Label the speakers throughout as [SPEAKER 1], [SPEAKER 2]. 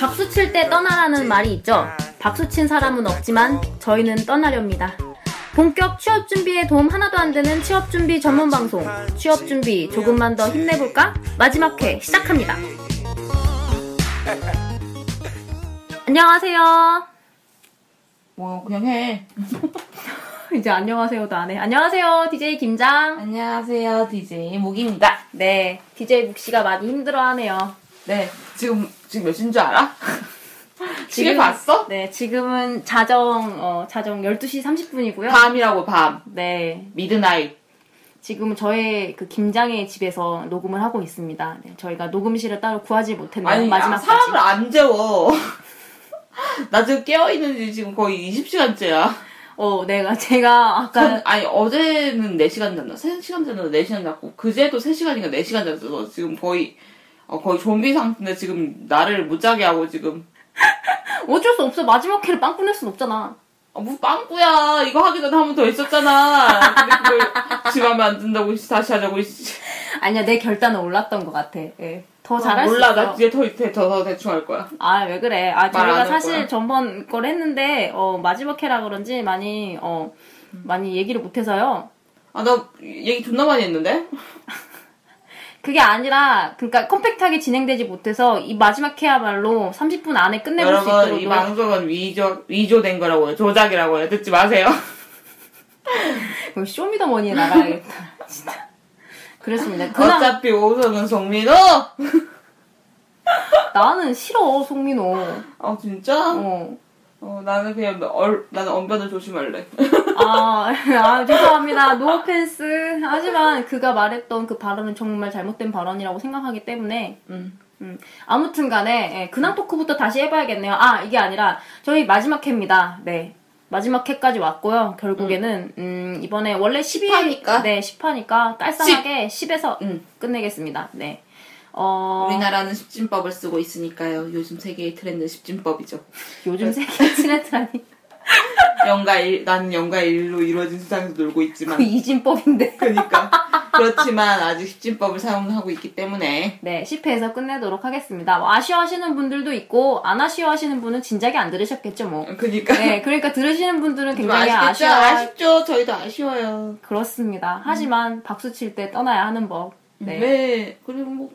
[SPEAKER 1] 박수 칠 때 떠나라는 말이 있죠. 박수 친 사람은 없지만 저희는 떠나렵니다. 본격 취업 준비에 도움 하나도 안 되는 취업 준비 전문 방송. 취업 준비 조금만 더 힘내볼까? 마지막 회 시작합니다. 안녕하세요.
[SPEAKER 2] 뭐 그냥 해.
[SPEAKER 1] 이제 안녕하세요도 안 해. 안녕하세요. DJ 김장.
[SPEAKER 2] 안녕하세요, DJ 목입니다.
[SPEAKER 1] 네. DJ 묵씨가 많이 힘들어하네요.
[SPEAKER 2] 네, 지금 지금 몇 시인 줄 알아? 시계 봤어?
[SPEAKER 1] 네. 지금은 자정, 어, 자정 12시 30분이고요.
[SPEAKER 2] 밤이라고 밤.
[SPEAKER 1] 네.
[SPEAKER 2] 미드나잇.
[SPEAKER 1] 지금 저의 그 김장의 집에서 녹음을 하고 있습니다. 네, 저희가 녹음실을 따로 구하지 못했네요.
[SPEAKER 2] 아니
[SPEAKER 1] 마지막까지.
[SPEAKER 2] 사람을 안 재워. 나 지금 깨어 있는지 지금 거의 20시간째야.
[SPEAKER 1] 어, 내가 제가 아까
[SPEAKER 2] 아니 어제는 4시간 잤나? 3시간 잤나? 4시간 잤고 그제도 3시간인가 4시간 잤어서 지금 거의 어, 거의 좀비 상태인데 지금 나를 못 자게 하고 지금
[SPEAKER 1] 어쩔 수 없어. 마지막 회를 빵꾸 낼 순 없잖아.
[SPEAKER 2] 아, 뭐 빵꾸야. 이거 하기 전에 한 번 더 있었잖아. 근데 그걸 지맘에 안 든다고 씨, 다시 하자고. 씨.
[SPEAKER 1] 아니야, 내 결단은 올랐던 것 같아. 예. 더 잘할 수
[SPEAKER 2] 몰라,
[SPEAKER 1] 있어.
[SPEAKER 2] 나 뒤에 더, 더, 더, 더 대충 할 거야.
[SPEAKER 1] 아, 왜 그래. 아,
[SPEAKER 2] 말안
[SPEAKER 1] 저희가
[SPEAKER 2] 할
[SPEAKER 1] 사실
[SPEAKER 2] 거야.
[SPEAKER 1] 전번 걸 했는데, 어, 마지막 회라 그런지 많이, 어, 많이 얘기를 못해서요.
[SPEAKER 2] 아, 나 얘기 존나 많이 했는데?
[SPEAKER 1] 그게 아니라, 그러니까 컴팩트하게 진행되지 못해서 이 마지막 회야말로 30분 안에 끝내볼 수 있도록
[SPEAKER 2] 여러분, 이
[SPEAKER 1] 노력-
[SPEAKER 2] 방송은 위조, 위조된 거라고 요 조작이라고 요 듣지 마세요.
[SPEAKER 1] 그럼 쇼미더머니에 나가야겠다. 진짜. 그렇습니다. 그나
[SPEAKER 2] 어차피 오성은 송민호!
[SPEAKER 1] 나는 싫어 송민호.
[SPEAKER 2] 아, 진짜? 어.
[SPEAKER 1] 어.
[SPEAKER 2] 나는 그냥, 얼, 나는 언변을 조심할래.
[SPEAKER 1] 아, 아, 죄송합니다. 노오펜스. 하지만 그가 말했던 그 발언은 정말 잘못된 발언이라고 생각하기 때문에
[SPEAKER 2] 음.
[SPEAKER 1] 음. 아무튼 간에 예, 근황 토크부터 다시 해봐야겠네요. 아 이게 아니라 저희 마지막 회입니다. 네. 마지막 회까지 왔고요. 결국에는 음, 이번에 원래 12
[SPEAKER 2] 10화니까.
[SPEAKER 1] 네, 10화니까 깔끔하게 10. 에서
[SPEAKER 2] 음.
[SPEAKER 1] 끝내겠습니다. 네. 어
[SPEAKER 2] 우리나라는 십진법을 쓰고 있으니까요. 요즘 세계의 트렌드 십진법이죠. 네.
[SPEAKER 1] 요즘 세계 트렌드라니
[SPEAKER 2] 영가 일, 난 영가 일로 이루어진 세상에서 놀고 있지만.
[SPEAKER 1] 그 이진법인데.
[SPEAKER 2] 그러니까 그렇지만 아직 십진법을 사용하고 있기 때문에
[SPEAKER 1] 네, 10회에서 끝내도록 하겠습니다. 뭐 아쉬워하시는 분들도 있고 안 아쉬워하시는 분은 진작에 안 들으셨겠죠, 뭐.
[SPEAKER 2] 그러니까
[SPEAKER 1] 네, 그러니까 들으시는 분들은
[SPEAKER 2] 좀
[SPEAKER 1] 굉장히
[SPEAKER 2] 아쉽겠죠
[SPEAKER 1] 아쉬워.
[SPEAKER 2] 아쉽죠 저희도 아쉬워요
[SPEAKER 1] 그렇습니다. 하지만 박수 칠 때 떠나야 하는 법. 네.
[SPEAKER 2] 음. 네 그리고 뭐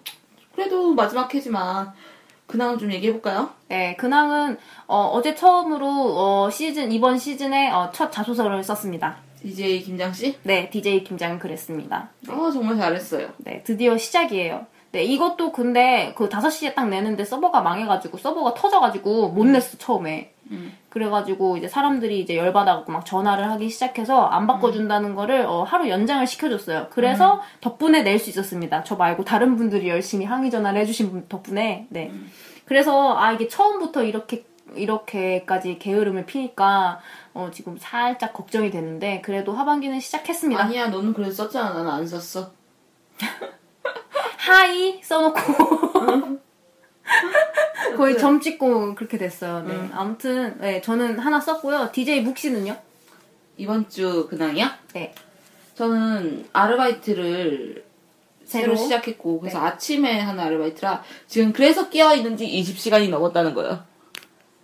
[SPEAKER 2] 그래도 마지막 회지만 근황 좀 얘기해 볼까요?
[SPEAKER 1] 네, 근황은 어, 제 처음으로 어, 시즌 이번 시즌에 어, 첫 자소서를 썼습니다.
[SPEAKER 2] DJ 김장 씨?
[SPEAKER 1] 네, DJ 김장은 그랬습니다.
[SPEAKER 2] 아 정말 잘했어요.
[SPEAKER 1] 네, 드디어 시작이에요. 네, 이것도 근데 그 5시에 딱 내는데 서버가 망해가지고 서버가 터져가지고 못 냈어 처음에.
[SPEAKER 2] 음.
[SPEAKER 1] 그래가지고 이제 사람들이 이제 열받아갖고 막 전화를 하기 시작해서 안 바꿔준다는 거를 어, 하루 연장을 시켜줬어요. 그래서 덕분에 낼 수 있었습니다. 저 말고 다른 분들이 열심히 항의 전화를 해주신 분 덕분에 네. 그래서 아 이게 처음부터 이렇게 이렇게까지 게으름을 피니까 어, 지금 살짝 걱정이 되는데 그래도 하반기는 시작했습니다.
[SPEAKER 2] 아니야 너는 그래도 썼잖아 나는 안 썼어.
[SPEAKER 1] 하이 써놓고
[SPEAKER 2] 네.
[SPEAKER 1] 거의 점 찍고 그렇게 됐어요. 네.
[SPEAKER 2] 음.
[SPEAKER 1] 아무튼 네, 저는 하나 썼고요. DJ 묵씨는요?
[SPEAKER 2] 이번 주 근황이야?
[SPEAKER 1] 네.
[SPEAKER 2] 저는 아르바이트를 새로,
[SPEAKER 1] 새로?
[SPEAKER 2] 네. 시작했고 그래서 아침에 한 아르바이트라 지금 그래서 깨어 있는지 20시간이 넘었다는 거예요.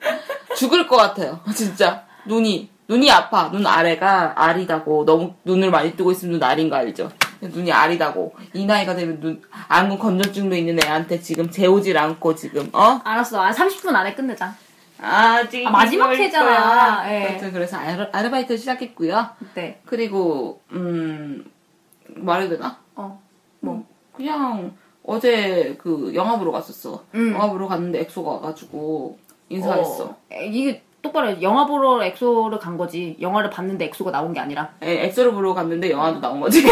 [SPEAKER 2] 죽을 것 같아요. 진짜 눈이 눈이 아파. 눈 아래가 아리다고 너무 눈을 많이 뜨고 있으면 눈 아린 거 알죠? 눈이 아리다고 이 나이가 되면 눈 안구 건조증도 있는 애한테 지금 재우질 않고 지금 어?
[SPEAKER 1] 알았어. 아, 30분 안에 끝내자.
[SPEAKER 2] 아 지금
[SPEAKER 1] 아, 마지막
[SPEAKER 2] 이럴
[SPEAKER 1] 회잖아.
[SPEAKER 2] 거야.
[SPEAKER 1] 예.
[SPEAKER 2] 아무튼 그래서 아르, 아르바이트 시작했고요.
[SPEAKER 1] 네.
[SPEAKER 2] 그리고 음 말해도 되나?
[SPEAKER 1] 어.
[SPEAKER 2] 그냥 어제 그 영화 보러 갔었어.
[SPEAKER 1] 음.
[SPEAKER 2] 영화 보러 갔는데 엑소가 와가지고 인사했어.
[SPEAKER 1] 어, 에, 이게 똑바로 해. 영화 보러 엑소를 간 거지.
[SPEAKER 2] 예,
[SPEAKER 1] 영화를 봤는데 엑소가 나온 게 아니라.
[SPEAKER 2] 에, 엑소를 보러 갔는데 영화도 나온 거지.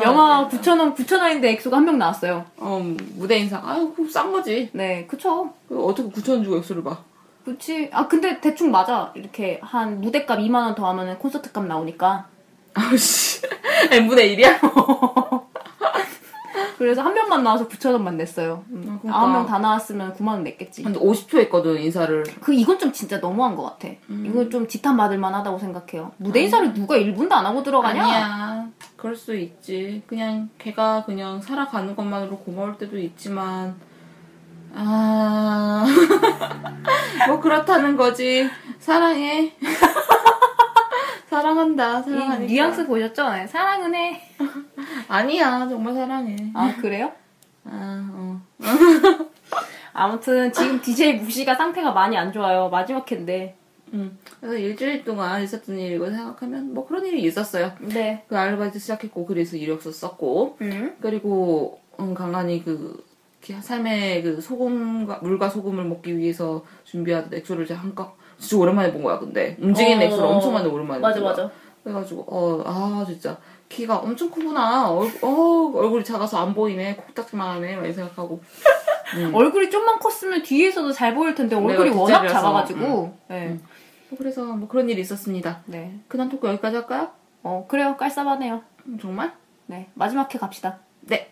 [SPEAKER 1] 영화 9,000원, 9,000원인데 엑소가 한 명 나왔어요.
[SPEAKER 2] 어, 무대 인상. 아유, 그거 싼 거지.
[SPEAKER 1] 네, 그쵸.
[SPEAKER 2] 그거 어떻게 9천원 주고 액수를 봐.
[SPEAKER 1] 그치. 아, 근데 대충 맞아. 이렇게 한 무대값 2만원 더 하면은 콘서트값 나오니까.
[SPEAKER 2] 아우씨. N분의 1이야?
[SPEAKER 1] 그래서 한 명만 나와서 9,000원만 냈어요. 음.
[SPEAKER 2] 아, 그러니까.
[SPEAKER 1] 아홉 명 다 나왔으면 9만원 냈겠지.
[SPEAKER 2] 근데 50초 했거든, 인사를.
[SPEAKER 1] 그, 이건 좀 진짜 너무한 것 같아.
[SPEAKER 2] 음.
[SPEAKER 1] 이건 좀 지탄 받을만 하다고 생각해요. 무대 인사를 누가 1분도 안 하고 들어가냐?
[SPEAKER 2] 아니야. 그럴 수 있지. 그냥 걔가 그냥 살아가는 것만으로 고마울 때도 있지만, 아, 뭐 그렇다는 거지. 사랑해. 사랑한다.
[SPEAKER 1] 이
[SPEAKER 2] 사랑하니까.
[SPEAKER 1] 뉘앙스 보셨죠? 네, 사랑은 해.
[SPEAKER 2] 아니야. 정말 사랑해.
[SPEAKER 1] 아, 그래요?
[SPEAKER 2] 아, 어.
[SPEAKER 1] 아무튼 지금 DJ 무시가 상태가 많이 안 좋아요. 마지막 회인데.
[SPEAKER 2] 음. 그래서 일주일 동안 있었던 일이고 생각하면 뭐 그런 일이 있었어요.
[SPEAKER 1] 네.
[SPEAKER 2] 그 아르바이트 시작했고 그래서 이력서 썼고
[SPEAKER 1] 음.
[SPEAKER 2] 그리고 음, 간간히 그 이렇게 삶의 그 소금과 물과 소금을 먹기 위해서 준비한 액수를 이제 한껏 진짜 오랜만에 본 거야 근데 움직이는
[SPEAKER 1] 어.
[SPEAKER 2] 액수를 엄청 많이 오랜만에
[SPEAKER 1] 맞아,
[SPEAKER 2] 본 거야.
[SPEAKER 1] 맞아.
[SPEAKER 2] 그래가지고 어 아 진짜 키가 엄청 크구나 얼, 어, 얼굴이 작아서 안 보이네 콩닥지만 하네 막 이렇게 생각하고
[SPEAKER 1] 얼굴이 좀만 컸으면 뒤에서도 잘 보일 텐데 얼굴이
[SPEAKER 2] 음. 내가 그
[SPEAKER 1] 워낙
[SPEAKER 2] 뒷자리라서. 음.
[SPEAKER 1] 작아가지고. 네.
[SPEAKER 2] 그래서 뭐 그런 일이 있었습니다
[SPEAKER 1] 네.
[SPEAKER 2] 그날 토크 여기까지 할까요?
[SPEAKER 1] 어, 그래요. 깔쌈하네요.
[SPEAKER 2] 음, 정말?
[SPEAKER 1] 네. 마지막 회 갑시다.
[SPEAKER 2] 네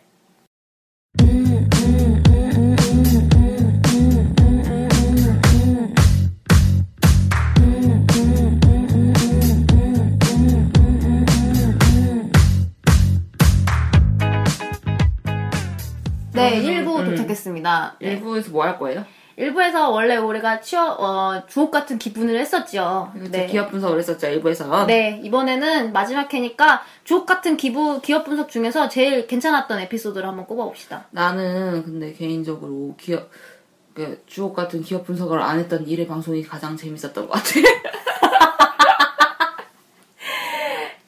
[SPEAKER 1] 네, 1부 도착했습니다. 네.
[SPEAKER 2] 일부에서 뭐 할 거예요?
[SPEAKER 1] 1부에서 원래 우리가 취업, 어, 주옥 같은 기분을 했었죠.
[SPEAKER 2] 네. 기업 분석을 했었죠 일부에서
[SPEAKER 1] 네, 이번에는 마지막 회니까 주옥 같은 기부, 기업 분석 중에서 제일 괜찮았던 에피소드를 한번 꼽아봅시다.
[SPEAKER 2] 나는 근데 개인적으로 기업 그 주옥 같은 기업 분석을 안 했던 일의 방송이 가장 재밌었던 것 같아.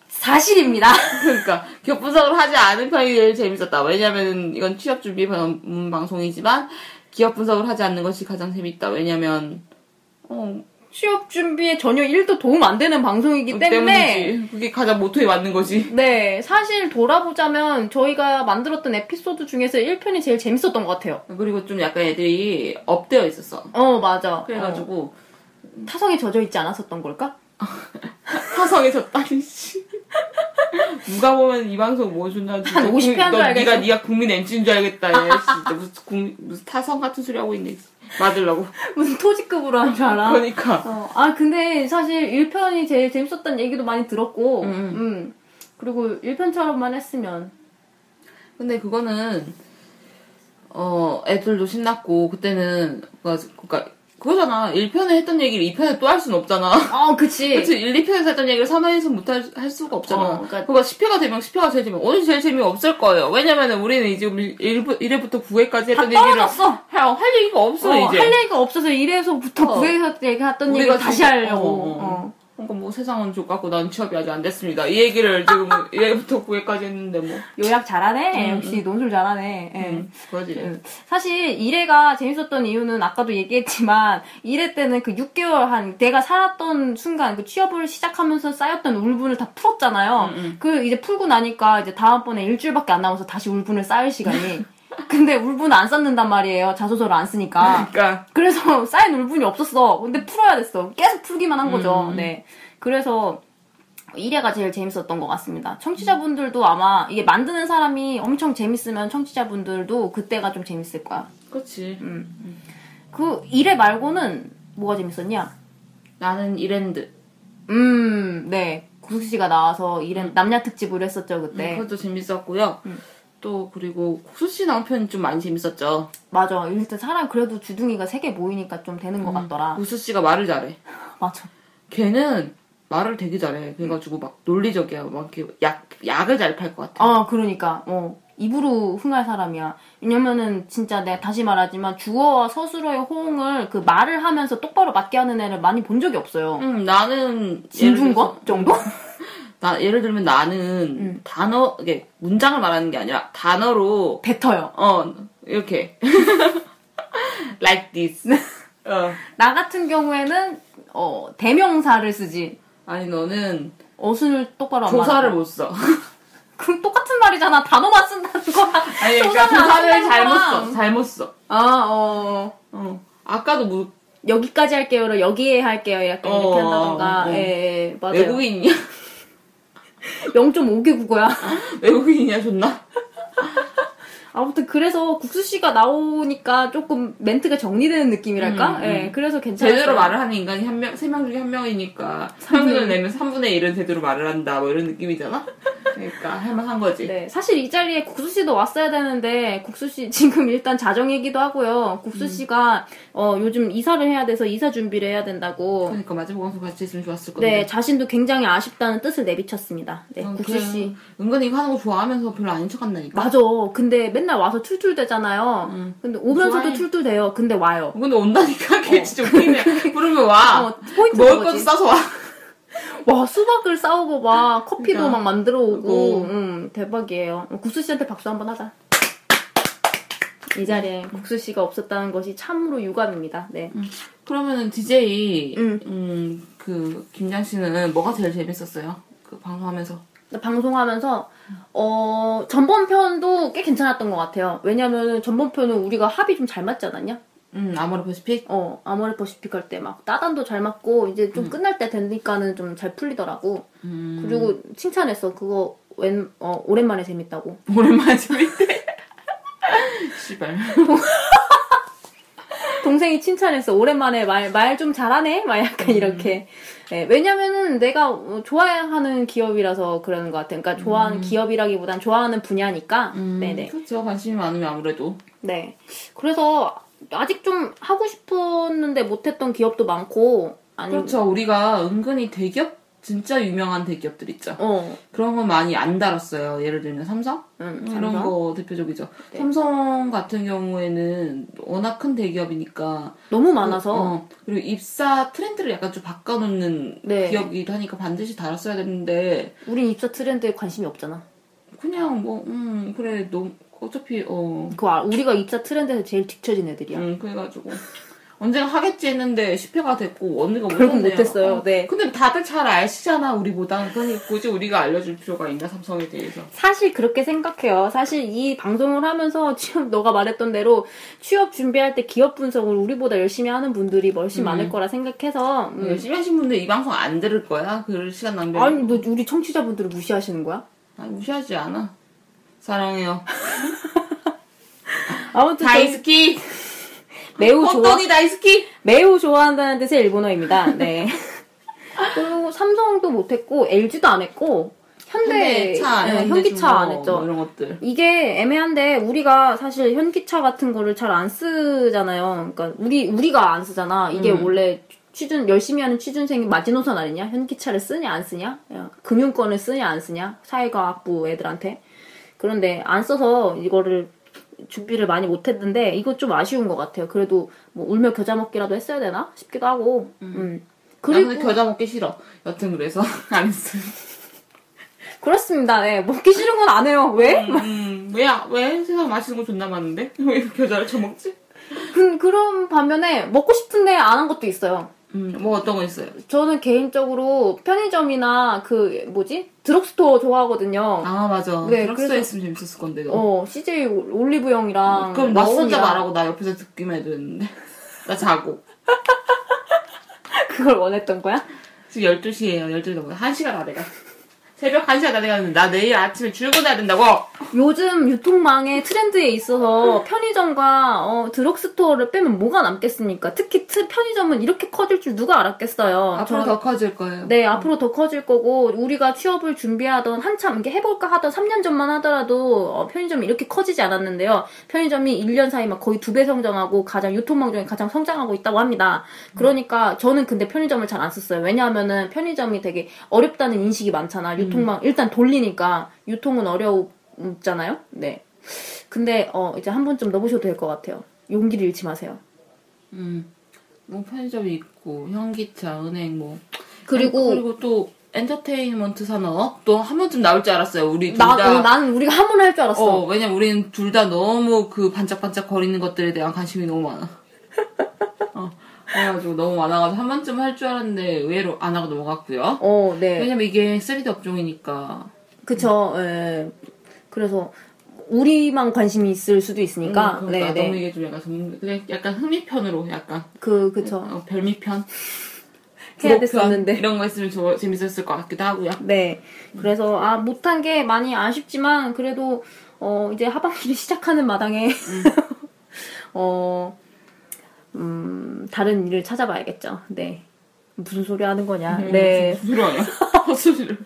[SPEAKER 1] 사실입니다.
[SPEAKER 2] 그러니까 기업 분석을 하지 않은 편이 제일 재밌었다. 왜냐면은 이건 취업 준비 방- 음, 방송이지만 기업 분석을 하지 않는 것이 가장 재밌다. 왜냐면 어
[SPEAKER 1] 취업 준비에 전혀 1도 도움 안 되는 방송이기 음, 때문에
[SPEAKER 2] 때문이지. 그게 가장 모토에 맞는 거지.
[SPEAKER 1] 네, 사실 돌아보자면 저희가 만들었던 에피소드 중에서 1편이 제일 재밌었던 것 같아요.
[SPEAKER 2] 그리고 좀 약간 애들이 업되어 있었어.
[SPEAKER 1] 어, 맞아.
[SPEAKER 2] 그래가지고
[SPEAKER 1] 어, 타성에 젖어 있지 않았었던 걸까?
[SPEAKER 2] 화성에서 딸이 씨. 누가 보면 이 방송 뭐 준다는
[SPEAKER 1] 한 50회 한줄 알겠어.
[SPEAKER 2] 네가 네가 국민 MC인 줄 알겠다. 얘 진짜 무슨 국- 무슨 타성 같은 소리 하고 있네. 맞으려고.
[SPEAKER 1] 무슨 토지급으로 한 줄 알아?
[SPEAKER 2] 그러니까.
[SPEAKER 1] 어, 아, 근데 사실 1편이 제일 재밌었다는 얘기도 많이 들었고,
[SPEAKER 2] 음.
[SPEAKER 1] 음. 그리고 1편처럼만 했으면.
[SPEAKER 2] 근데 그거는 어 애들도 신났고 그때는 그니까 그거잖아. 1편에 했던 얘기를 2편에 또 할 순 없잖아.
[SPEAKER 1] 아, 그치.
[SPEAKER 2] 그치 1, 2편에서 했던 얘기를 3회에서 못할 할 수가 없잖아.
[SPEAKER 1] 어,
[SPEAKER 2] 그러니까,
[SPEAKER 1] 그러니까-
[SPEAKER 2] 10회가 되면 10회가 제일 재미 오늘 제일 재미가 없을 거예요. 왜냐면은 우리는 이제 1회부터 9회까지
[SPEAKER 1] 다
[SPEAKER 2] 했던 얘기를
[SPEAKER 1] 떨어졌어.
[SPEAKER 2] 할, 할 얘기가 없어
[SPEAKER 1] 어,
[SPEAKER 2] 이제.
[SPEAKER 1] 할 얘기가 없어서 1에서부터
[SPEAKER 2] 어.
[SPEAKER 1] 9에서 얘기했던
[SPEAKER 2] 우리가
[SPEAKER 1] 얘기를 다시
[SPEAKER 2] 진짜-
[SPEAKER 1] 하려고.
[SPEAKER 2] 어, 어.
[SPEAKER 1] 어.
[SPEAKER 2] 그러니까 뭐 세상은 족같고 난 취업이 아직 안 됐습니다. 이 얘기를 지금 1회부터 9회까지 했는데 뭐.
[SPEAKER 1] 요약 잘하네. 역시 논술 잘하네. 예.
[SPEAKER 2] 음, 그거지.
[SPEAKER 1] 음. 사실 1회가 재밌었던 이유는 아까도 얘기했지만 1회 때는 그 6개월 한 내가 살았던 순간 그 취업을 시작하면서 쌓였던 울분을 다 풀었잖아요.
[SPEAKER 2] 음,
[SPEAKER 1] 그 이제 풀고 나니까 이제 다음번에 일주일밖에 안 남아서 다시 울분을 쌓을 시간이. 근데 울분을 안 쌓는단 말이에요. 자소서를 안 쓰니까.
[SPEAKER 2] 그러니까
[SPEAKER 1] 그래서 쌓인 울분이 없었어. 근데 풀어야 됐어. 계속 풀기만 한 거죠.
[SPEAKER 2] 음.
[SPEAKER 1] 네. 그래서 1회가 제일 재밌었던 것 같습니다. 청취자분들도 아마 이게 만드는 사람이 엄청 재밌으면 청취자분들도 그때가 좀 재밌을 거야.
[SPEAKER 2] 그렇지.
[SPEAKER 1] 그 1회 말고는 뭐가 재밌었냐?
[SPEAKER 2] 나는 이랜드.
[SPEAKER 1] 음, 네. 구숙 씨가 나와서 1회 남녀 특집으로 했었죠, 그때.
[SPEAKER 2] 음, 그것도 재밌었고요. 또 그리고 국수 씨 나온 편이 좀 많이 재밌었죠.
[SPEAKER 1] 맞아. 일단 사람 그래도 주둥이가 3개 모이니까 좀 되는 것 같더라.
[SPEAKER 2] 국수 씨가 말을 잘해.
[SPEAKER 1] 맞아.
[SPEAKER 2] 걔는 말을 되게 잘해. 그래가지고 막 논리적이야. 막 이렇게 약 약을 잘 팔 것 같아.
[SPEAKER 1] 아, 그러니까. 어. 입으로 흥할 사람이야. 왜냐면은 진짜 내가 다시 말하지만 주어와 서술어의 호응을 그 말을 하면서 똑바로 맞게 하는 애를 많이 본 적이 없어요.
[SPEAKER 2] 음 나는 예를 들어서-
[SPEAKER 1] 진중권 정도?
[SPEAKER 2] 나 예를 들면 나는 단어 이게 문장을 말하는 게 아니라 단어로
[SPEAKER 1] 뱉어요.
[SPEAKER 2] 어, 이렇게. like this. 어.
[SPEAKER 1] 나 같은 경우에는 어, 대명사를 쓰지.
[SPEAKER 2] 아니, 너는
[SPEAKER 1] 어순을 똑바로 안
[SPEAKER 2] 조사를
[SPEAKER 1] 말하고.
[SPEAKER 2] 못 써.
[SPEAKER 1] 그럼 똑같은 말이잖아. 단어만 쓴다는 거랑.
[SPEAKER 2] 아니 그러니까
[SPEAKER 1] 조사를 안
[SPEAKER 2] 조사를
[SPEAKER 1] 한다는
[SPEAKER 2] 잘못
[SPEAKER 1] 거랑.
[SPEAKER 2] 써. 잘못 써.
[SPEAKER 1] 아, 어.
[SPEAKER 2] 어. 아까도 무,
[SPEAKER 1] 여기까지 할게요를 여기에 할게요. 약간
[SPEAKER 2] 어,
[SPEAKER 1] 이렇게 한다던가.
[SPEAKER 2] 어.
[SPEAKER 1] 예, 예, 맞아요.
[SPEAKER 2] 외국인이야?
[SPEAKER 1] 0.5개 국어야.
[SPEAKER 2] 외국인이야 존나?
[SPEAKER 1] 아무튼 그래서 국수 씨가 나오니까 조금 멘트가 정리되는 느낌이랄까?
[SPEAKER 2] 음,
[SPEAKER 1] 예, 그래서 괜찮아요.
[SPEAKER 2] 제대로 말을 하는 인간이 한 명, 세 명 중에 한 명이니까 평균을 내면 3분의 1은 제대로 말을 한다 뭐 이런 느낌이잖아? 그러니까 할만한 거지.
[SPEAKER 1] 네, 사실 이 자리에 국수 씨도 왔어야 되는데 국수 씨 지금 일단 자정이기도 하고요. 국수
[SPEAKER 2] 음.
[SPEAKER 1] 씨가 어, 요즘 이사를 해야 돼서 이사 준비를 해야 된다고.
[SPEAKER 2] 그러니까 마지막 방송 같이 했으면 좋았을 건데.
[SPEAKER 1] 네, 자신도 굉장히 아쉽다는 뜻을 내비쳤습니다. 네,
[SPEAKER 2] 어,
[SPEAKER 1] 국수
[SPEAKER 2] 그래.
[SPEAKER 1] 씨.
[SPEAKER 2] 은근히 이거 하는 거 좋아하면서 별로 아닌 척 한다니까.
[SPEAKER 1] 맞아. 근데 맨날 와서 툴툴대잖아요. 근데 오면서도
[SPEAKER 2] 음. 좋아해.
[SPEAKER 1] 툴툴대요. 근데 와요.
[SPEAKER 2] 근데 온다니까 걔 진짜 웃기네. 부르면 와.
[SPEAKER 1] 어, 포인트
[SPEAKER 2] 아, 먹을 것도
[SPEAKER 1] 그거지.
[SPEAKER 2] 싸서 와.
[SPEAKER 1] 와 수박을 싸오고 막 커피도
[SPEAKER 2] 그러니까.
[SPEAKER 1] 막 만들어 오고
[SPEAKER 2] 어.
[SPEAKER 1] 음, 대박이에요. 어, 국수 씨한테 박수 한번 하자. 이 자리에
[SPEAKER 2] 음.
[SPEAKER 1] 국수 씨가 없었다는 것이 참으로 유감입니다. 네.
[SPEAKER 2] 그러면은 DJ
[SPEAKER 1] 음.
[SPEAKER 2] 음. 그 김장 씨는 뭐가 제일 재밌었어요? 그 방송하면서.
[SPEAKER 1] 근데 방송하면서 어 전번 편도 꽤 괜찮았던 것 같아요. 왜냐면 전번 편은 우리가 합이 좀 잘 맞지 않았냐?
[SPEAKER 2] 음, 아모르 퍼시픽.
[SPEAKER 1] 어 아모레퍼시픽 할 때 막 따단도 잘 맞고 이제 좀 끝날 때 되니까는 좀 잘 풀리더라고.
[SPEAKER 2] 음.
[SPEAKER 1] 그리고 칭찬했어. 그거 웬 어, 오랜만에 재밌다고.
[SPEAKER 2] 오랜만에 재밌대. 씨발.
[SPEAKER 1] 동생이 칭찬했어. 오랜만에 말, 말 좀 잘하네? 막
[SPEAKER 2] 음.
[SPEAKER 1] 약간 이렇게. 네, 왜냐면은 내가 어, 좋아하는 기업이라서 그러는 것 같아요. 그러니까
[SPEAKER 2] 음.
[SPEAKER 1] 좋아하는 기업이라기보단 좋아하는 분야니까. 네네.
[SPEAKER 2] 그렇죠. 관심이 많으면 아무래도.
[SPEAKER 1] 네. 그래서 아직 좀 하고 싶었는데 못했던 기업도 많고, 아니,
[SPEAKER 2] 그렇죠. 우리가 은근히 대기업? 진짜 유명한 대기업들 있죠.
[SPEAKER 1] 어,
[SPEAKER 2] 그런 건 많이 안 다뤘어요. 예를 들면 삼성?
[SPEAKER 1] 음,
[SPEAKER 2] 이런
[SPEAKER 1] 삼성?
[SPEAKER 2] 거 대표적이죠.
[SPEAKER 1] 네.
[SPEAKER 2] 삼성 같은 경우에는 워낙 큰 대기업이니까
[SPEAKER 1] 너무 많아서.
[SPEAKER 2] 어, 그리고 입사 트렌드를 약간 좀 바꿔놓는
[SPEAKER 1] 네.
[SPEAKER 2] 기업이기도 하니까 반드시 달았어야 되는데
[SPEAKER 1] 우린 입사 트렌드에 관심이 없잖아.
[SPEAKER 2] 그냥 뭐 음 그래 너 어차피 어
[SPEAKER 1] 그거 알아. 우리가 입사 트렌드에서 제일 뒤처진 애들이야.
[SPEAKER 2] 음, 그래가지고 언젠가 하겠지 했는데 10회가 됐고 언니가
[SPEAKER 1] 결국
[SPEAKER 2] 못했네요.
[SPEAKER 1] 못했어요.
[SPEAKER 2] 어,
[SPEAKER 1] 네.
[SPEAKER 2] 근데 다들 잘 아시잖아 우리보다 그러니까 굳이 우리가 알려줄 필요가 있나 삼성에 대해서.
[SPEAKER 1] 사실 그렇게 생각해요. 사실 이 방송을 하면서 지금 너가 말했던 대로 취업 준비할 때 기업 분석을 우리보다 열심히 하는 분들이
[SPEAKER 2] 음.
[SPEAKER 1] 훨씬 많을 거라 생각해서 음.
[SPEAKER 2] 열심히 하신 분들 이 방송 안 들을 거야. 그럴 시간 낭비.
[SPEAKER 1] 아니 뭐. 너 우리 청취자분들을 무시하시는 거야?
[SPEAKER 2] 아니, 무시하지 않아. 사랑해요.
[SPEAKER 1] 아무튼 저희
[SPEAKER 2] 다이스키.
[SPEAKER 1] 매우 좋아
[SPEAKER 2] 어, 꽃돈이 다이스키.
[SPEAKER 1] 매우 좋아한다는 뜻의 일본어입니다. 네. 그리고 삼성도 못했고 LG도 안 했고 현대
[SPEAKER 2] 차,
[SPEAKER 1] 네,
[SPEAKER 2] 현대
[SPEAKER 1] 현기차
[SPEAKER 2] 중고
[SPEAKER 1] 안 했죠.
[SPEAKER 2] 뭐 이런 것들.
[SPEAKER 1] 이게 애매한데 우리가 사실 현기차 같은 거를 잘 안 쓰잖아요. 그러니까 우리 우리가 안 쓰잖아. 이게 원래 취준 열심히 하는 취준생이 마지노선 아니냐? 현기차를 쓰냐 안 쓰냐? 야, 금융권을 쓰냐 안 쓰냐? 사회과학부 애들한테. 그런데 안 써서 이거를 준비를 많이 못 했는데 이거 좀 아쉬운 것 같아요. 그래도 뭐 울며 겨자 먹기라도 했어야 되나 싶기도 하고. 음.
[SPEAKER 2] 그리고
[SPEAKER 1] 그리고
[SPEAKER 2] 겨자 먹기 싫어. 여튼 그래서 안 했어요.
[SPEAKER 1] 그렇습니다. 네, 먹기 싫은 건 안 해요. 왜?
[SPEAKER 2] 음, 왜야? 왜? 세상 맛있는 거 존나 많은데? 왜 겨자를 처먹지?
[SPEAKER 1] 그, 그런 반면에 먹고 싶은데 안 한 것도 있어요.
[SPEAKER 2] 음, 뭐 어떤 거 있어요?
[SPEAKER 1] 저는 개인적으로 편의점이나 그 뭐지 드럭스토어 좋아하거든요.
[SPEAKER 2] 아, 맞아.
[SPEAKER 1] 네,
[SPEAKER 2] 드럭스토어
[SPEAKER 1] 그래서-
[SPEAKER 2] 했으면 재밌었을 건데, 너.
[SPEAKER 1] 어 CJ 올리브영이랑
[SPEAKER 2] 그럼 나 혼자
[SPEAKER 1] 왓슨이랑
[SPEAKER 2] 말하고 나 옆에서 듣기만 해도 되는데. 나 자고.
[SPEAKER 1] 그걸 원했던 거야?
[SPEAKER 2] 지금 12시에요. 12시 넘어. 1시간 아래가. 새벽 1시간 아래가 는데나 내일 아침에 출근해야 된다고!
[SPEAKER 1] 요즘 유통망의 트렌드에 있어서 편의점과 어, 드럭스토어를 빼면 뭐가 남겠습니까? 특히 트- 편의점은 이렇게 커질 줄 누가 알았겠어요.
[SPEAKER 2] 앞으로
[SPEAKER 1] 저-
[SPEAKER 2] 아, 더 커질 거예요.
[SPEAKER 1] 네, 앞으로 더 커질 거고, 우리가 취업을 준비하던 한참, 이렇게 해볼까 하던 3년 전만 하더라도, 어, 편의점이 이렇게 커지지 않았는데요. 편의점이 1년 사이 막 거의 두 배 성장하고, 가장 유통망 중에 가장 성장하고 있다고 합니다. 그러니까, 저는 근데 편의점을 잘 안 썼어요. 왜냐하면은, 편의점이 되게 어렵다는 인식이 많잖아. 유통망, 일단 돌리니까, 유통은 어려우잖아요? 네. 근데, 어, 이제 한 번쯤 넣어보셔도 될 것 같아요. 용기를 잃지 마세요.
[SPEAKER 2] 음. 뭐 편의점이 있고, 현기차, 은행, 뭐.
[SPEAKER 1] 음, 그리고,
[SPEAKER 2] 그리고 또 엔터테인먼트 산업 또 한 번쯤 나올 줄 알았어요. 우리 둘
[SPEAKER 1] 나,
[SPEAKER 2] 다.
[SPEAKER 1] 어, 나는 우리가 한 번 할 줄 알았어.
[SPEAKER 2] 어, 왜냐면 우리는 둘 다 너무 그 반짝반짝 거리는 것들에 대한 관심이 너무 많아. 어, 그래가지고 너무 많아가지고 한 번쯤 할 줄 알았는데 의외로 안 하고 넘어갔고요.
[SPEAKER 1] 어, 네.
[SPEAKER 2] 왜냐면 이게 3D 업종이니까
[SPEAKER 1] 그쵸. 예. 그래서 우리만 관심이 있을 수도 있으니까.
[SPEAKER 2] 음,
[SPEAKER 1] 네,
[SPEAKER 2] 그러니까 너무
[SPEAKER 1] 네.
[SPEAKER 2] 이게 좀 약간 전- 그냥 약간 흥미편으로 약간
[SPEAKER 1] 그 그쵸.
[SPEAKER 2] 어, 별미편
[SPEAKER 1] 해야
[SPEAKER 2] 부록편
[SPEAKER 1] 됐었는데.
[SPEAKER 2] 이런 거 했으면 좋 재밌었을 것 같기도 하고요.
[SPEAKER 1] 네. 그래서 아 못한 게 많이 아쉽지만 그래도 어 이제 하반기를 시작하는 마당에 어 음, 다른 일을 찾아봐야겠죠. 네. 무슨 소리 하는 거냐.
[SPEAKER 2] 음.
[SPEAKER 1] 네.
[SPEAKER 2] 부러워요. 헛소리를.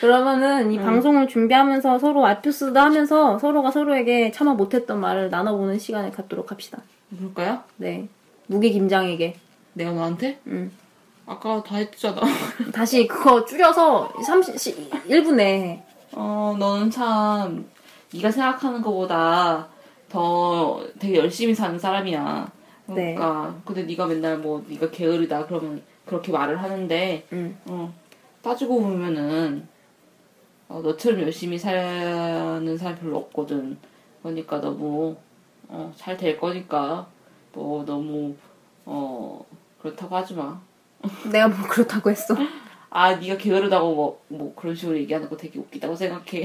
[SPEAKER 1] 그러면은
[SPEAKER 2] 음.
[SPEAKER 1] 이 방송을 준비하면서 서로 아투스도 하면서 서로가 서로에게 참아 못했던 말을 나눠보는 시간을 갖도록 합시다.
[SPEAKER 2] 뭘까요?
[SPEAKER 1] 네. 무게 김장에게.
[SPEAKER 2] 내가 너한테?
[SPEAKER 1] 응.
[SPEAKER 2] 아까 다 했잖아.
[SPEAKER 1] 다시 그거 줄여서 30, 1분 내에.
[SPEAKER 2] 어, 너는 참 네가 생각하는 것보다 더 되게 열심히 사는 사람이야.
[SPEAKER 1] 네.
[SPEAKER 2] 그러니까 근데 네가 맨날 뭐 네가 게으르다 그러면 그렇게 말을 하는데
[SPEAKER 1] 응.
[SPEAKER 2] 어, 따지고 보면은 어, 너처럼 열심히 사는 사람 별로 없거든. 그러니까 너무 어, 잘 될 거니까 뭐 너 너무 어, 그렇다고 하지 마.
[SPEAKER 1] 내가 뭐 그렇다고 했어.
[SPEAKER 2] 아 네가 게으르다고 뭐, 뭐 그런 식으로 얘기하는 거 되게 웃기다고 생각해.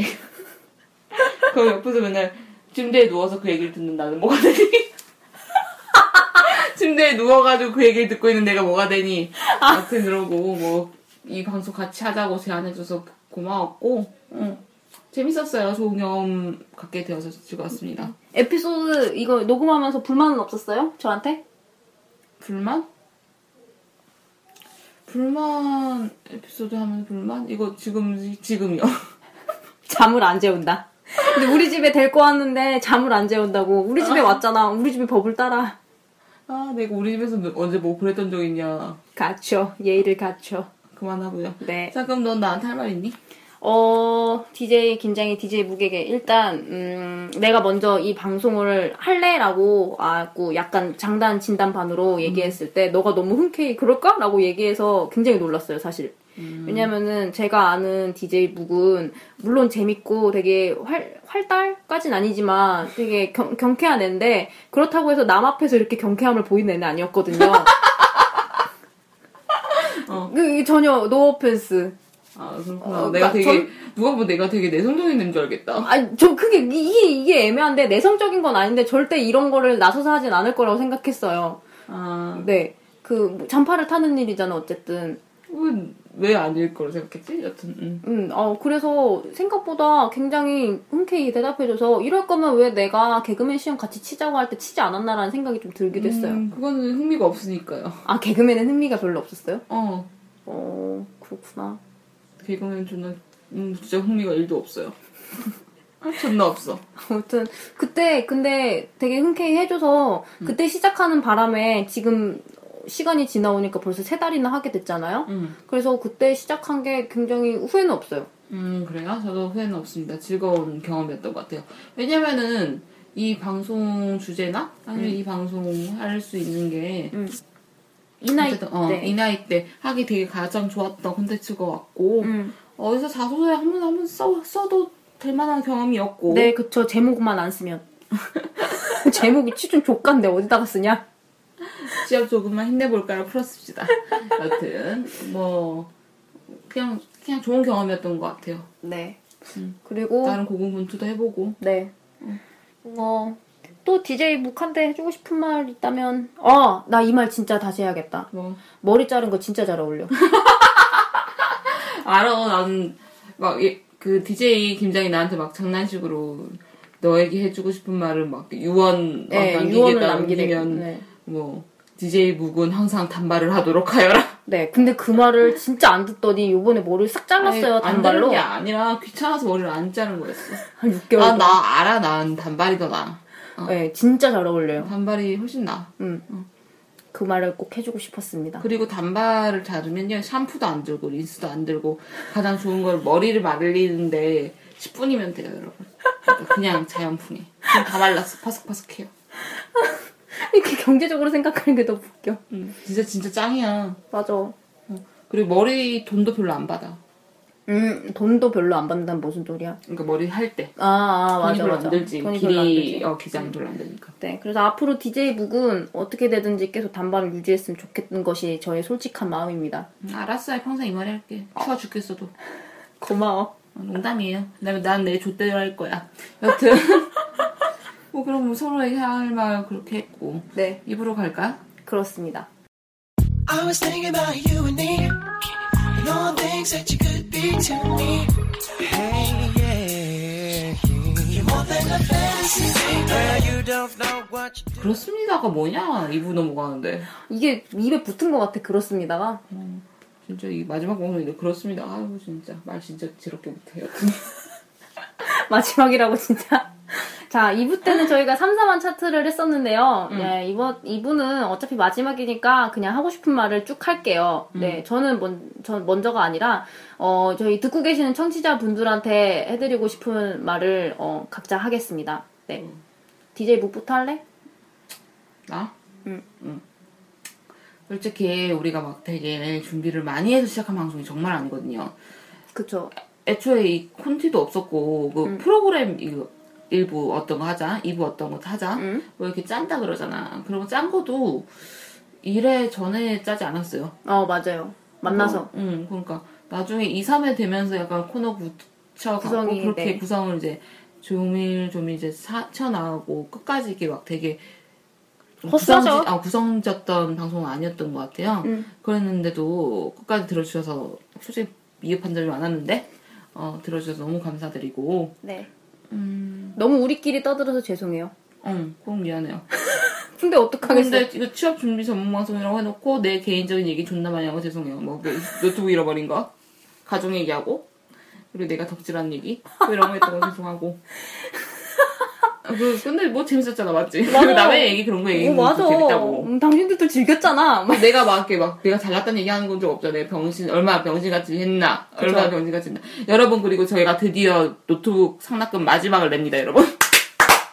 [SPEAKER 2] 그럼 옆에서 맨날 침대에 누워서 그 얘기를 듣는 나는 뭐가 되니? 침대에 누워가지고 그 얘기를 듣고 있는 내가 뭐가 되니? 아무튼 그러고 뭐 이 방송 같이 하자고 제안해줘서 고마웠고 응. 재밌었어요. 좋은 경험 갖게 되어서 즐거웠습니다.
[SPEAKER 1] 에피소드 이거 녹음하면서 불만은 없었어요? 저한테?
[SPEAKER 2] 불만? 불만 에피소드 하면 불만? 이거 지금 지금요.
[SPEAKER 1] 잠을 안 재운다. 근데 우리 집에 데리고 왔는데 잠을 안 재운다고. 우리 집에 왔잖아. 우리 집에 법을 따라.
[SPEAKER 2] 아, 내가 우리 집에서 너- 언제 뭐 그랬던 적 있냐.
[SPEAKER 1] 갖춰. 예의를 갖춰.
[SPEAKER 2] 그만하고요.
[SPEAKER 1] 네.
[SPEAKER 2] 자, 그럼 넌 나한테 할 말 있니?
[SPEAKER 1] 어, DJ 김장의 DJ 무게게 일단 음, 내가 먼저 이 방송을 할래라고 아고 약간 장단 진단 반으로 얘기했을 때 너가 너무 흔쾌히 그럴까라고 얘기해서 굉장히 놀랐어요, 사실. 왜냐면은 제가 아는 DJ 묵은 물론 재밌고 되게 활, 활달까진 아니지만 되게 경, 경쾌한 애인데 그렇다고 해서 남 앞에서 이렇게 경쾌함을 보이는 애는 아니었거든요.
[SPEAKER 2] 어.
[SPEAKER 1] 그- 그 전혀 노 오펜스.
[SPEAKER 2] 아, 그렇구나.
[SPEAKER 1] 어,
[SPEAKER 2] 내가
[SPEAKER 1] 나-
[SPEAKER 2] 되게,
[SPEAKER 1] 전-
[SPEAKER 2] 누가 보면 내가 되게 내성적인 애인 줄 알겠다.
[SPEAKER 1] 어, 아니, 저 그게, 이게, 이게 애매한데, 내성적인 건 아닌데, 절대 이런 거를 나서서 하진 않을 거라고 생각했어요.
[SPEAKER 2] 아,
[SPEAKER 1] 네. 그, 뭐 잠파를 타는 일이잖아, 어쨌든.
[SPEAKER 2] 왜 아닐 거로 생각했지? 여튼, 음.
[SPEAKER 1] 음, 어, 그래서 생각보다 굉장히 흔쾌히 대답해줘서, 이럴 거면 왜 내가 개그맨 시험 같이 치자고 할 때 치지 않았나라는 생각이 좀 들기도 했어요.
[SPEAKER 2] 음, 그거는 흥미가 없으니까요.
[SPEAKER 1] 아, 개그맨은 흥미가 별로 없었어요?
[SPEAKER 2] 어,
[SPEAKER 1] 어, 그렇구나.
[SPEAKER 2] 개그맨 존나, 음, 진짜 흥미가 1도 없어요. 존나 없어.
[SPEAKER 1] 아무튼 그때 근데 되게 흔쾌히 해줘서 그때 시작하는 바람에 지금 시간이 지나오니까 벌써 세 달이나 하게 됐잖아요.
[SPEAKER 2] 음.
[SPEAKER 1] 그래서 그때 시작한 게 굉장히 후회는 없어요.
[SPEAKER 2] 음, 그래요? 저도 후회는 없습니다. 즐거운 경험이었던 것 같아요. 왜냐면은, 이 방송 주제나, 아니면
[SPEAKER 1] 음.
[SPEAKER 2] 이 방송 할 수 있는 게,
[SPEAKER 1] 이 나이 때.
[SPEAKER 2] 어쨌든, 어, 이 나이 때 하기 되게 가장 좋았던 콘텐츠가 왔고,
[SPEAKER 1] 음.
[SPEAKER 2] 어디서 자소서에 한 번, 한 번 써, 써도 될 만한 경험이었고,
[SPEAKER 1] 네, 그쵸. 제목만 안 쓰면. 제목이 치준 족간데 어디다가 쓰냐?
[SPEAKER 2] 시합 조금만 힘내볼까요? 풀었습니다. 여튼, 뭐, 그냥, 그냥 좋은 경험이었던 것 같아요.
[SPEAKER 1] 네. 그리고
[SPEAKER 2] 다른 고군분투도 해보고,
[SPEAKER 1] 네. 어, 또 DJ 묵한테 해주고 싶은 말 있다면 어, 나 이 말 진짜 다시 해야겠다.
[SPEAKER 2] 뭐,
[SPEAKER 1] 머리 자른 거 진짜 잘 어울려.
[SPEAKER 2] 알아. 나는 막 그 DJ 김장이 나한테 막 장난식으로 너에게 해주고 싶은 말을 막 유언 막
[SPEAKER 1] 네, 유언을
[SPEAKER 2] 남기겠다
[SPEAKER 1] 남기면
[SPEAKER 2] 남기면
[SPEAKER 1] 네.
[SPEAKER 2] 뭐 DJ 묵은 항상 단발을 하도록 하여라.
[SPEAKER 1] 네, 근데 그 말을 진짜 안 듣더니 요번에 머리를 싹 잘랐어요,
[SPEAKER 2] 아니, 안
[SPEAKER 1] 단발로.
[SPEAKER 2] 자른 게 아니라 귀찮아서 머리를 안 자른 거였어.
[SPEAKER 1] 한 6개월.
[SPEAKER 2] 아
[SPEAKER 1] 동안.
[SPEAKER 2] 나 알아. 난 단발이 더 나. 어.
[SPEAKER 1] 네, 진짜 잘 어울려요.
[SPEAKER 2] 단발이 훨씬 나.
[SPEAKER 1] 그 말을 꼭 해주고 싶었습니다.
[SPEAKER 2] 그리고 단발을 자르면요 샴푸도 안 들고 린스도 안 들고 가장 좋은 걸 머리를 말리는데 10분이면 돼요 여러분. 그러니까 그냥 자연풍에 그냥 다 말랐어 파삭파삭해요.
[SPEAKER 1] 이렇게 경제적으로 생각하는 게 더 웃겨.
[SPEAKER 2] 음, 진짜 진짜 짱이야.
[SPEAKER 1] 맞아.
[SPEAKER 2] 그리고 머리 돈도 별로 안 받아.
[SPEAKER 1] 음, 돈도 별로 안 받는다는 무슨 소리야.
[SPEAKER 2] 그러니까 머리 할 때.
[SPEAKER 1] 아, 아
[SPEAKER 2] 돈이
[SPEAKER 1] 맞아,
[SPEAKER 2] 별로
[SPEAKER 1] 맞아.
[SPEAKER 2] 안 들지.
[SPEAKER 1] 돈이 별로 안
[SPEAKER 2] 길이,
[SPEAKER 1] 들지.
[SPEAKER 2] 어, 기장이 별로 안 되니까.
[SPEAKER 1] 네, 그래서 앞으로 DJ 북은 어떻게 되든지 계속 단발을 유지했으면 좋겠는 것이 저의 솔직한 마음입니다.
[SPEAKER 2] 어. 알았어. 평생 이 머리 할게. 추워 죽겠어도.
[SPEAKER 1] 고마워.
[SPEAKER 2] 농담이에요. 그다음에 난 내 좆대로 할 거야. 여튼 뭐 그럼 뭐 서로의 할 말 그렇게 했고
[SPEAKER 1] 네,
[SPEAKER 2] 입으로 갈까?
[SPEAKER 1] 그렇습니다.
[SPEAKER 3] I was thinking about you and me, and all the things that you could be to me. Hey, yeah, you're more than a fantasy. Girl, you don't know what you
[SPEAKER 2] 그렇습니다가 뭐냐? 2부 넘어가는데
[SPEAKER 1] 이게 입에 붙은 것 같아, 그렇습니다가.
[SPEAKER 2] 진짜 이 마지막 방송인데 그렇습니다. 아유 진짜 말 진짜 지럽게 못해요.
[SPEAKER 1] 마지막이라고, 진짜. 자, 2부 때는 저희가 3, 4만 차트를 했었는데요.
[SPEAKER 2] 음.
[SPEAKER 1] 네, 이번, 2부는 어차피 마지막이니까 그냥 하고 싶은 말을 쭉 할게요.
[SPEAKER 2] 음.
[SPEAKER 1] 네, 저는 먼, 전 먼저가 아니라, 어, 저희 듣고 계시는 청취자분들한테 해드리고 싶은 말을, 어, 각자 하겠습니다. 네.
[SPEAKER 2] 음.
[SPEAKER 1] DJ 묵부터 할래?
[SPEAKER 2] 나?
[SPEAKER 1] 응.
[SPEAKER 2] 응. 솔직히 우리가 막 되게 준비를 많이 해서 시작한 방송이 정말 아니거든요.
[SPEAKER 1] 그쵸.
[SPEAKER 2] 애초에 이 콘티도 없었고 그 프로그램 이거 일부 어떤 거 하자, 이부 어떤 거 하자,
[SPEAKER 1] 응.
[SPEAKER 2] 뭐 이렇게 짠다 그러잖아. 그리고 짠 거도 일회 전에 짜지 않았어요.
[SPEAKER 1] 어, 맞아요. 만나서.
[SPEAKER 2] 어, 응, 그러니까 나중에 2, 3회 되면서 약간 코너 붙여가고
[SPEAKER 1] 구성이,
[SPEAKER 2] 그렇게
[SPEAKER 1] 네.
[SPEAKER 2] 구성을 이제 조밀조밀 이제 사, 쳐나가고 끝까지 이렇게 막 되게
[SPEAKER 1] 헛소죠.
[SPEAKER 2] 구성지- 아, 구성졌던 방송은 아니었던 것 같아요.
[SPEAKER 1] 음.
[SPEAKER 2] 그랬는데도 끝까지 들어주셔서 솔직히 미흡한 점이 많았는데 어, 들어주셔서 너무 감사드리고
[SPEAKER 1] 네.
[SPEAKER 2] 음,
[SPEAKER 1] 너무 우리끼리 떠들어서 죄송해요.
[SPEAKER 2] 응, 꼭 미안해요.
[SPEAKER 1] 근데 어떡하겠어요?
[SPEAKER 2] 근데 이거 취업 준비 전문 방송이라고 해놓고 내 개인적인 얘기 존나 많이 하고 죄송해요. 뭐 노- 노트북 잃어버린 거, 가족 얘기하고 그리고 내가 덕질한 얘기 뭐 이런 거 했던 거 죄송하고. 아, 그 근데 뭐 재밌었잖아 맞지?
[SPEAKER 1] 맞아.
[SPEAKER 2] 남의 얘기 그런 거
[SPEAKER 1] 어,
[SPEAKER 2] 얘기하는 거
[SPEAKER 1] 맞아.
[SPEAKER 2] 재밌다고.
[SPEAKER 1] 음, 당신들도 즐겼잖아. 막.
[SPEAKER 2] 내가 막 이렇게 막 내가 잘났다는 얘기 하는 건 좀 없죠. 내 병신 얼마나 병신같이 했나, 얼마나 병신같이 했나. 여러분 그리고 저희가 드디어 노트북 상납금 마지막을 냅니다, 여러분.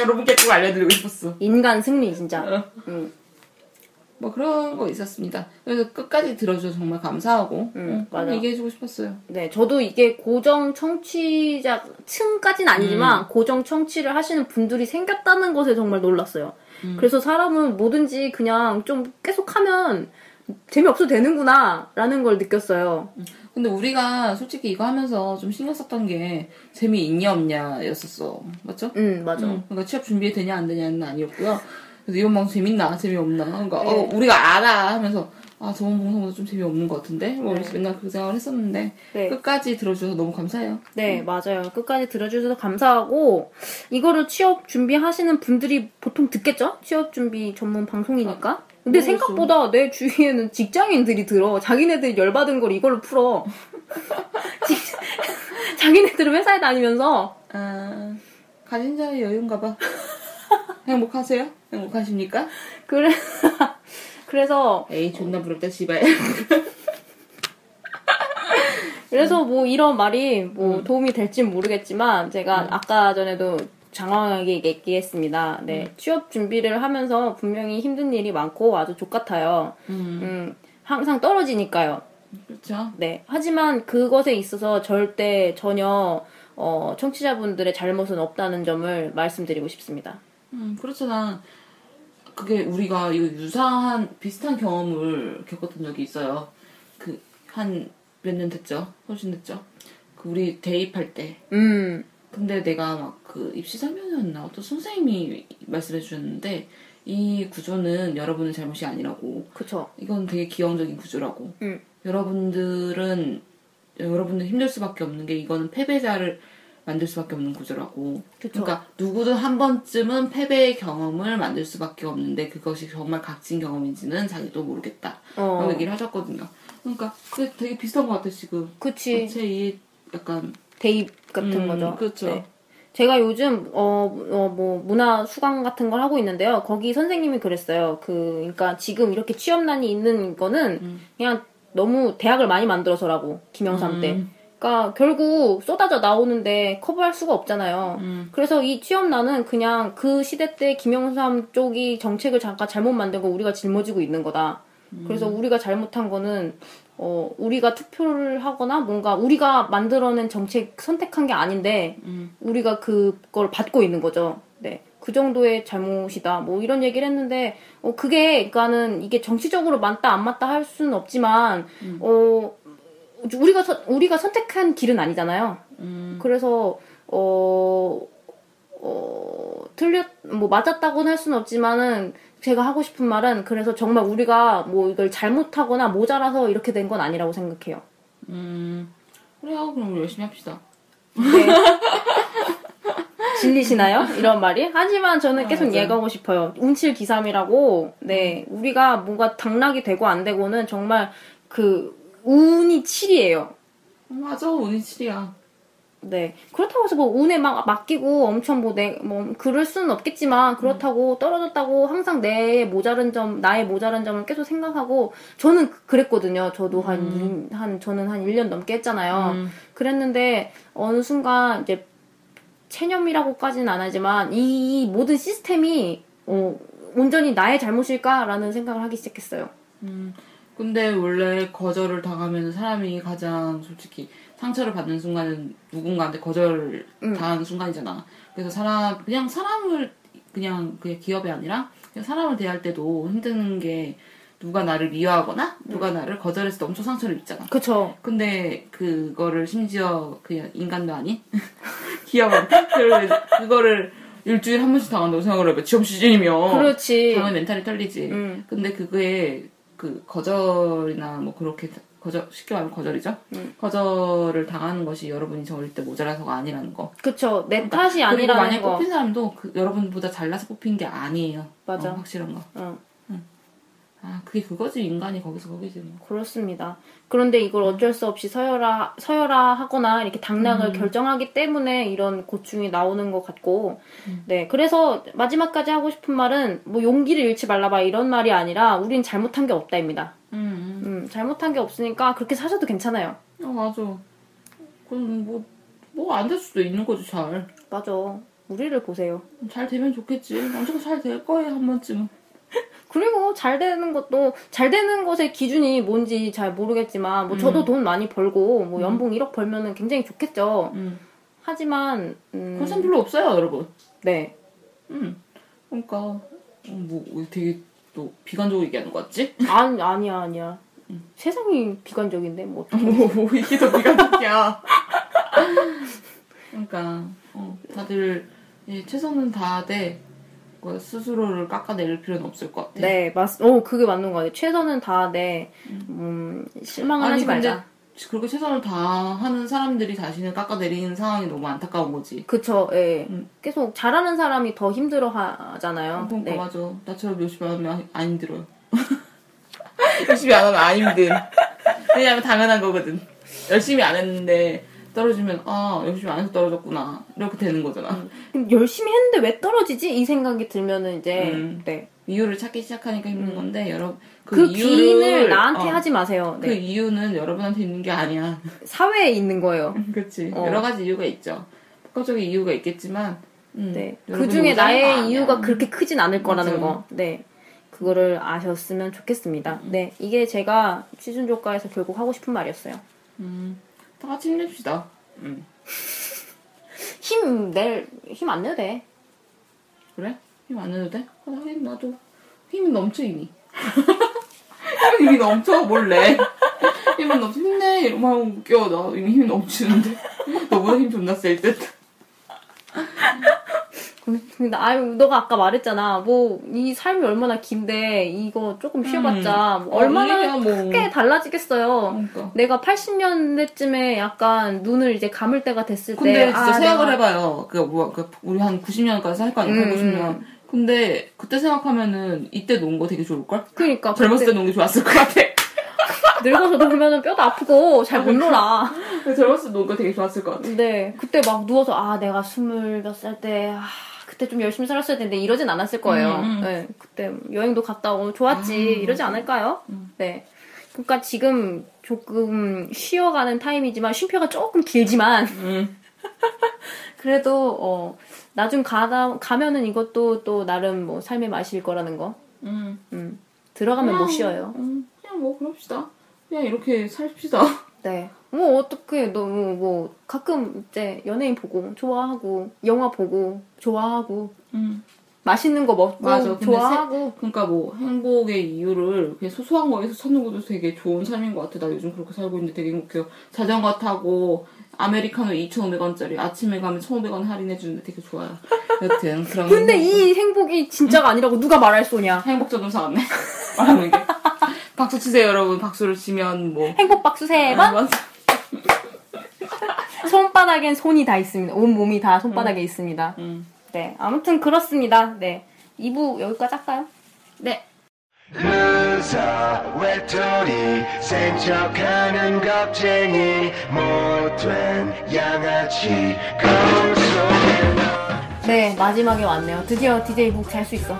[SPEAKER 2] 여러분께 꼭 알려드리고 싶었어.
[SPEAKER 1] 인간 승리
[SPEAKER 2] 어.
[SPEAKER 1] 진짜. 응,
[SPEAKER 2] 뭐 그런 거 있었습니다. 그래서 끝까지 들어줘서 정말 감사하고 응, 꼭
[SPEAKER 1] 음, 맞아.
[SPEAKER 2] 얘기해주고 싶었어요.
[SPEAKER 1] 네, 저도 이게 고정 청취자 층까진 아니지만 고정 청취를 하시는 분들이 생겼다는 것에 정말 놀랐어요. 그래서 사람은 뭐든지 그냥 좀 계속 하면 재미없어 되는구나라는 걸 느꼈어요.
[SPEAKER 2] 근데 우리가 솔직히 이거 하면서 좀 신경 썼던 게 재미있냐 없냐였었어. 맞죠?
[SPEAKER 1] 응, 음, 맞아.
[SPEAKER 2] 응, 그러니까 취업 준비 되냐 안 되냐는 아니었고요. 그래서 이번 방송 재밌나 재미없나 그러니까
[SPEAKER 1] 네.
[SPEAKER 2] 어, 우리가 알아 하면서 아 저번 방송보다 좀 재미없는 것 같은데 뭐
[SPEAKER 1] 예.
[SPEAKER 2] 그래서 맨날 그 생각을 했었는데
[SPEAKER 1] 네.
[SPEAKER 2] 끝까지 들어주셔서 너무 감사해요.
[SPEAKER 1] 네, 맞아요. 끝까지 들어주셔서 감사하고, 이거를 취업 준비하시는 분들이 보통 듣겠죠? 취업 준비 전문 방송이니까. 근데
[SPEAKER 2] 아, 모르겠어.
[SPEAKER 1] 생각보다 내 주위에는 직장인들이 들어. 자기네들이 열받은 걸 이걸로 풀어. 직- 자기네들은 회사에 다니면서.
[SPEAKER 2] 아, 가진 자의 여유인가 봐. 행복하세요? 행복하십니까?
[SPEAKER 1] 그래, 그래서,
[SPEAKER 2] 에이 존나 부럽다 씨발 음.
[SPEAKER 1] 그래서 뭐 이런 말이 뭐 도움이 될진 모르겠지만,
[SPEAKER 2] 음.
[SPEAKER 1] 제가 아까 전에도 장황하게 얘기했습니다. 네,
[SPEAKER 2] 음.
[SPEAKER 1] 취업 준비를 하면서 분명히 힘든 일이 많고 아주 족같아요.
[SPEAKER 2] 음
[SPEAKER 1] 음, 항상 떨어지니까요.
[SPEAKER 2] 그렇죠
[SPEAKER 1] 네. 하지만 그것에 있어서 절대 전혀 어, 청취자분들의 잘못은 없다는 점을 말씀드리고 싶습니다.
[SPEAKER 2] 음 그렇잖아 그게 우리가 이거 유사한 비슷한 경험을 겪었던 적이 있어요 그 한 몇 년 됐죠 훨씬 됐죠 그 우리 대입할 때
[SPEAKER 1] 음,
[SPEAKER 2] 근데 내가 막 그 입시 설명이었나 어떤 선생님이 말씀해 주셨는데 이 구조는 여러분의 잘못이 아니라고
[SPEAKER 1] 그쵸.
[SPEAKER 2] 이건 되게 기형적인 구조라고.
[SPEAKER 1] 음.
[SPEAKER 2] 여러분들은 여러분들 힘들 수밖에 없는 게 이거는 패배자를 만들 수밖에 없는 구조라고.
[SPEAKER 1] 그쵸.
[SPEAKER 2] 러니까 누구든 한 번쯤은 패배의 경험을 만들 수밖에 없는데 그것이 정말 값진 경험인지는 자기도 모르겠다.
[SPEAKER 1] 어,
[SPEAKER 2] 라고 얘기를 하셨거든요. 그러니까 그게 되게 비슷한 것 같아 지금.
[SPEAKER 1] 그치.
[SPEAKER 2] 제이 약간
[SPEAKER 1] 대입 같은
[SPEAKER 2] 음,
[SPEAKER 1] 거죠. 네,
[SPEAKER 2] 그쵸.
[SPEAKER 1] 제가 요즘 어, 어, 뭐 문화 수강 같은 걸 하고 있는데요. 거기 선생님이 그랬어요. 그 그러니까 지금 이렇게 취업난이 있는 거는 그냥 너무 대학을 많이 만들어서라고 김영삼
[SPEAKER 2] 음.
[SPEAKER 1] 때. 그러니까 결국 쏟아져 나오는데 커버할 수가 없잖아요.
[SPEAKER 2] 음,
[SPEAKER 1] 그래서 이 취업난은 그냥 그 시대 때 김영삼 쪽이 정책을 잠깐 잘못 만들고 우리가 짊어지고 있는 거다. 그래서 우리가 잘못한 거는 어, 우리가 투표를 하거나 뭔가 우리가 만들어낸 정책 선택한 게 아닌데 우리가 그걸 받고 있는 거죠. 네. 그 정도의 잘못이다. 뭐 이런 얘기를 했는데 어 그게 그러니까는 이게 정치적으로 맞다 안 맞다 할 수는 없지만 어 우리가 선- 우리가 선택한 길은 아니잖아요. 그래서 어, 어 틀렸 뭐 맞았다고는 할 수는 없지만은 제가 하고 싶은 말은 그래서 정말 우리가 뭐 이걸 잘못하거나 모자라서 이렇게 된 건 아니라고 생각해요.
[SPEAKER 2] 음. 그래요. 그럼 우리 열심히 합시다.
[SPEAKER 1] 질리시나요? 이런 말이? 하지만 저는 계속 얘기하고 싶어요. 운칠기삼이라고, 네, 우리가 뭔가 당락이 되고 안 되고는 정말 그, 운이 7이에요.
[SPEAKER 2] 음, 맞아. 운이 7이야.
[SPEAKER 1] 네. 그렇다고 해서 뭐 운에 막 맡기고 엄청 뭐 내, 뭐, 그럴 수는 없겠지만,
[SPEAKER 2] 음.
[SPEAKER 1] 그렇다고 떨어졌다고 항상 내 모자른 점, 나의 모자른 점을 계속 생각하고, 저는 그- 그랬거든요. 저도 한,
[SPEAKER 2] 음.
[SPEAKER 1] 이- 한, 저는 한 1년 넘게 했잖아요. 그랬는데, 어느 순간, 이제, 체념이라고까지는 안 하지만, 이, 이 모든 시스템이, 어, 온전히 나의 잘못일까라는 생각을 하기 시작했어요.
[SPEAKER 2] 근데 원래 거절을 당하면 사람이 가장 솔직히 상처를 받는 순간은 누군가한테 거절
[SPEAKER 1] 음.
[SPEAKER 2] 당하는 순간이잖아. 그래서 사람 그냥 사람을 그냥 그냥 기업이 아니라 그냥 사람을 대할 때도 힘든 게 누가 나를 미워하거나 누가
[SPEAKER 1] 음.
[SPEAKER 2] 나를 거절했을 때 엄청 상처를 입잖아.
[SPEAKER 1] 그쵸.
[SPEAKER 2] 근데 그거를 심지어 그냥 인간도 아닌 기업한테 그걸- 그거를 일주일 한 번씩 당한다고 생각을 해봐. 취업 시즌이면
[SPEAKER 1] 그렇지.
[SPEAKER 2] 당연히 멘탈이 털리지.
[SPEAKER 1] 음.
[SPEAKER 2] 근데 그게 그 거절이나 뭐 그렇게 거절 쉽게 말하면 거절이죠.
[SPEAKER 1] 음.
[SPEAKER 2] 거절을 당하는 것이 여러분이 저릴 때 모자라서가 아니라는 거.
[SPEAKER 1] 그쵸. 내 탓이
[SPEAKER 2] 그러니까 그리고
[SPEAKER 1] 아니라는
[SPEAKER 2] 만약
[SPEAKER 1] 거.
[SPEAKER 2] 뽑힌 사람도 그- 여러분보다 잘나서 뽑힌 게 아니에요.
[SPEAKER 1] 맞아.
[SPEAKER 2] 어, 확실한 거.
[SPEAKER 1] 어.
[SPEAKER 2] 아 그게 그거지 인간이 거기서 거기지 뭐.
[SPEAKER 1] 그렇습니다. 그런데 이걸 어쩔 수 없이 서열화, 서열화 하거나 이렇게 당락을 결정하기 때문에 이런 고충이 나오는 것 같고, 네. 그래서 마지막까지 하고 싶은 말은 뭐 용기를 잃지 말라봐 이런 말이 아니라 우린 잘못한 게 없다입니다.
[SPEAKER 2] 음.
[SPEAKER 1] 음, 잘못한 게 없으니까 그렇게 사셔도 괜찮아요.
[SPEAKER 2] 음. 어 맞아. 그럼 뭐뭐 안 될 수도 있는 거지 잘.
[SPEAKER 1] 맞아. 우리를 보세요.
[SPEAKER 2] 잘 되면 좋겠지. 엄청 잘 될 거예요 한 번쯤은.
[SPEAKER 1] 그리고 잘 되는 것도 잘 되는 것의 기준이 뭔지 잘 모르겠지만 뭐 저도 돈 많이 벌고 뭐 연봉 1억 벌면은 굉장히 좋겠죠.
[SPEAKER 2] 음.
[SPEAKER 1] 하지만 음,
[SPEAKER 2] 그런 사람 별로 없어요 여러분.
[SPEAKER 1] 네.
[SPEAKER 2] 음. 그러니까 어, 뭐 어, 되게 또 비관적으로 얘기하는 것 같지?
[SPEAKER 1] 아니 아니야 아니야. 세상이 비관적인데 뭐 어떡해.
[SPEAKER 2] 오 이게 더 비관적이야. 그러니까 어, 다들 예, 최선은 다하되 그 스스로를 깎아내릴 필요는 없을 것 같아.
[SPEAKER 1] 네, 맞. 어 그게 맞는 거 같아. 최선은 다내 음, 실망은
[SPEAKER 2] 아니
[SPEAKER 1] 하지
[SPEAKER 2] 근데
[SPEAKER 1] 말자.
[SPEAKER 2] 그렇게 최선을 다하는 사람들이 자신을 깎아내리는 상황이 너무 안타까운 거지.
[SPEAKER 1] 그쵸. 예.
[SPEAKER 2] 음.
[SPEAKER 1] 계속 잘하는 사람이 더 힘들어 하잖아요.
[SPEAKER 2] 그러니까
[SPEAKER 1] 네.
[SPEAKER 2] 맞아. 나처럼 열심히 안 하면 안 힘들어요. 열심히 안 하면 안 힘든. 왜냐면 당연한 거거든. 열심히 안 했는데 떨어지면 아 열심히 안 해서 떨어졌구나 이렇게 되는 거잖아.
[SPEAKER 1] 그럼 열심히 했는데 왜 떨어지지? 이 생각이 들면은 이제
[SPEAKER 2] 음.
[SPEAKER 1] 네.
[SPEAKER 2] 이유를 찾기 시작하니까 힘든 건데 여러분
[SPEAKER 1] 그,
[SPEAKER 2] 음. 그,
[SPEAKER 1] 비인을
[SPEAKER 2] 이유를
[SPEAKER 1] 나한테
[SPEAKER 2] 어,
[SPEAKER 1] 하지 마세요.
[SPEAKER 2] 그
[SPEAKER 1] 네.
[SPEAKER 2] 이유는 여러분한테 있는 게 아니야.
[SPEAKER 1] 사회에 있는 거예요.
[SPEAKER 2] 그렇지.
[SPEAKER 1] 어.
[SPEAKER 2] 여러 가지 이유가 있죠. 복합적인 이유가 있겠지만 음,
[SPEAKER 1] 네. 그
[SPEAKER 2] 여러분
[SPEAKER 1] 중에
[SPEAKER 2] 모자란 거
[SPEAKER 1] 나의
[SPEAKER 2] 아니야.
[SPEAKER 1] 이유가 그렇게 크진 않을 거라는
[SPEAKER 2] 맞아요.
[SPEAKER 1] 거. 네. 그거를 아셨으면 좋겠습니다. 네. 이게 제가 시즌 조과에서 결국 하고 싶은 말이었어요.
[SPEAKER 2] 다 같이 힘냅시다. 음.
[SPEAKER 1] 힘 낼, 힘 안 내도 돼.
[SPEAKER 2] 그래? 힘 안 내도 돼? 아, 하긴 나도 힘이 넘쳐 이미. 힘은 이미 넘쳐 몰래. 힘은 넘쳐 힘내 이러면 웃겨 나 이미 힘이 넘치는데 너보다 힘 존나 셀 듯.
[SPEAKER 1] 근데 아유, 너가 아까 말했잖아. 뭐, 이 삶이 얼마나 긴데, 이거 조금 쉬어봤자, 뭐 얼마나
[SPEAKER 2] 아니야, 뭐.
[SPEAKER 1] 크게 달라지겠어요.
[SPEAKER 2] 그러니까.
[SPEAKER 1] 내가 80년대쯤에 약간 눈을 이제 감을 때가 됐을 때.
[SPEAKER 2] 근데 진짜
[SPEAKER 1] 아,
[SPEAKER 2] 생각을
[SPEAKER 1] 내가-
[SPEAKER 2] 해봐요. 그, 뭐, 그, 우리 한 90년까지 살 거 아니야?
[SPEAKER 1] 음,
[SPEAKER 2] 90년. 근데, 그때 생각하면은, 이때 놓은 거 되게 좋을걸?
[SPEAKER 1] 그러니까.
[SPEAKER 2] 젊었을 때 놓은 게 좋았을 것 같아.
[SPEAKER 1] 늙어서 놀면 은 뼈도 아프고, 잘 못 놀아.
[SPEAKER 2] 젊었을 때 놓은 거 되게 좋았을 것 같아.
[SPEAKER 1] 근데 네. 그때 막 누워서 아 내가 스물 몇 살 때 아, 그때 좀 열심히 살았어야 되는데 이러진 않았을 거예요.
[SPEAKER 2] 음, 음.
[SPEAKER 1] 네, 그때 여행도 갔다 오고 좋았지 이러지 않을까요?
[SPEAKER 2] 음.
[SPEAKER 1] 네. 그러니까 지금 조금 쉬어가는 타임이지만 쉼표가 조금 길지만
[SPEAKER 2] 음.
[SPEAKER 1] 그래도 어 나중 가다 가면은 이것도 또 나름 뭐 삶의 맛일 거라는 거.
[SPEAKER 2] 음.
[SPEAKER 1] 음. 들어가면 못 쉬어요.
[SPEAKER 2] 음, 그냥 뭐, 그럽시다. 그냥 이렇게 살읍시다.
[SPEAKER 1] 네. 뭐 어떻게 너무 뭐 가끔 이제 연예인 보고 좋아하고 영화 보고 좋아하고
[SPEAKER 2] 음.
[SPEAKER 1] 맛있는 거 먹고
[SPEAKER 2] 맞아. 근데
[SPEAKER 1] 좋아하고
[SPEAKER 2] 세- 그러니까 뭐 행복의 이유를 그냥 소소한 거에서 찾는 것도 되게 좋은 삶인 것 같아. 나 요즘 그렇게 살고 있는데 되게 행복해요. 자전거 타고 아메리카노 2,500원짜리 아침에 가면 1,500원 할인해 주는데 되게 좋아요. 여튼 그런
[SPEAKER 1] 근데
[SPEAKER 2] 행복-
[SPEAKER 1] 이 행복이 진짜가 아니라고 누가 말할 소냐
[SPEAKER 2] 행복 전도사 왔네. 말하는 게 박수 치세요 여러분. 박수를 치면 뭐
[SPEAKER 1] 행복 박수 세 번 손바닥엔 손이 다 있습니다 온 몸이 다 손바닥에 있습니다
[SPEAKER 2] 음.
[SPEAKER 1] 네 아무튼 그렇습니다 네 2부 여기까지 할까요?
[SPEAKER 2] 네.
[SPEAKER 4] 루저 외톨이 생척하는 겁쟁이 못된 양아치 검소해
[SPEAKER 1] 네 마지막에 왔네요 드디어 DJ 북 잘 수 있어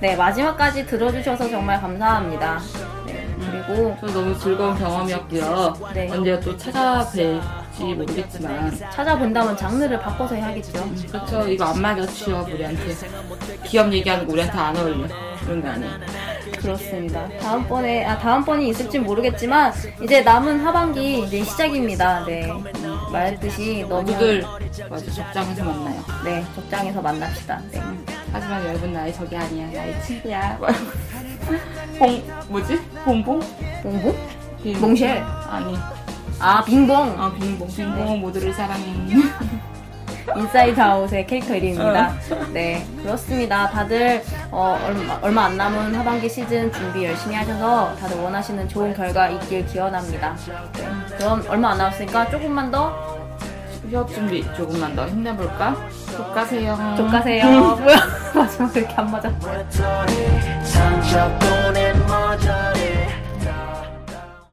[SPEAKER 1] 네 마지막까지 들어주셔서 정말 감사합니다 네 그리고
[SPEAKER 2] 저 너무 즐거운 경험이었고요.
[SPEAKER 1] 네.
[SPEAKER 2] 언제가 또 찾아뵐지 모르겠지만
[SPEAKER 1] 찾아본다면 장르를 바꿔서 해야겠죠
[SPEAKER 2] 그렇죠. 이거 안마겨 취업 우리한테 기업 얘기하는 거 우리한테 안 어울려. 그런 거 아니야.
[SPEAKER 1] 그렇습니다. 다음번에 아 다음번이 있을지 모르겠지만 이제 남은 하반기 이제 시작입니다. 네 말했듯이 너무
[SPEAKER 2] 모두들 맞아 적당해서 만나요.
[SPEAKER 1] 네 적장에서 만납시다. 네.
[SPEAKER 2] 하지만 여러분 나의 적이 아니야. 나의 친구야. 뭐 이러고. 봉 뭐지? 봉봉?
[SPEAKER 1] 봉봉?
[SPEAKER 2] 빙-
[SPEAKER 1] 몽쉘.
[SPEAKER 2] 아니.
[SPEAKER 1] 아 빙봉.
[SPEAKER 2] 아 빙봉. 빙봉 모두를 사랑해.
[SPEAKER 1] 인사이드 아웃의 캐릭터 이름입니다. 네 그렇습니다. 다들 어, 얼마 얼마 안 남은 하반기 시즌 준비 열심히 하셔서 다들 원하시는 좋은 결과 있길 기원합니다. 네, 그럼 얼마 안 남았으니까 조금만 더
[SPEAKER 2] 휴업 준비 조금만 더 힘내볼까? 족가세요.
[SPEAKER 1] 족가세요. 뭐야 마지막 그렇게 안 맞아.
[SPEAKER 4] 외톨이 상처 보낸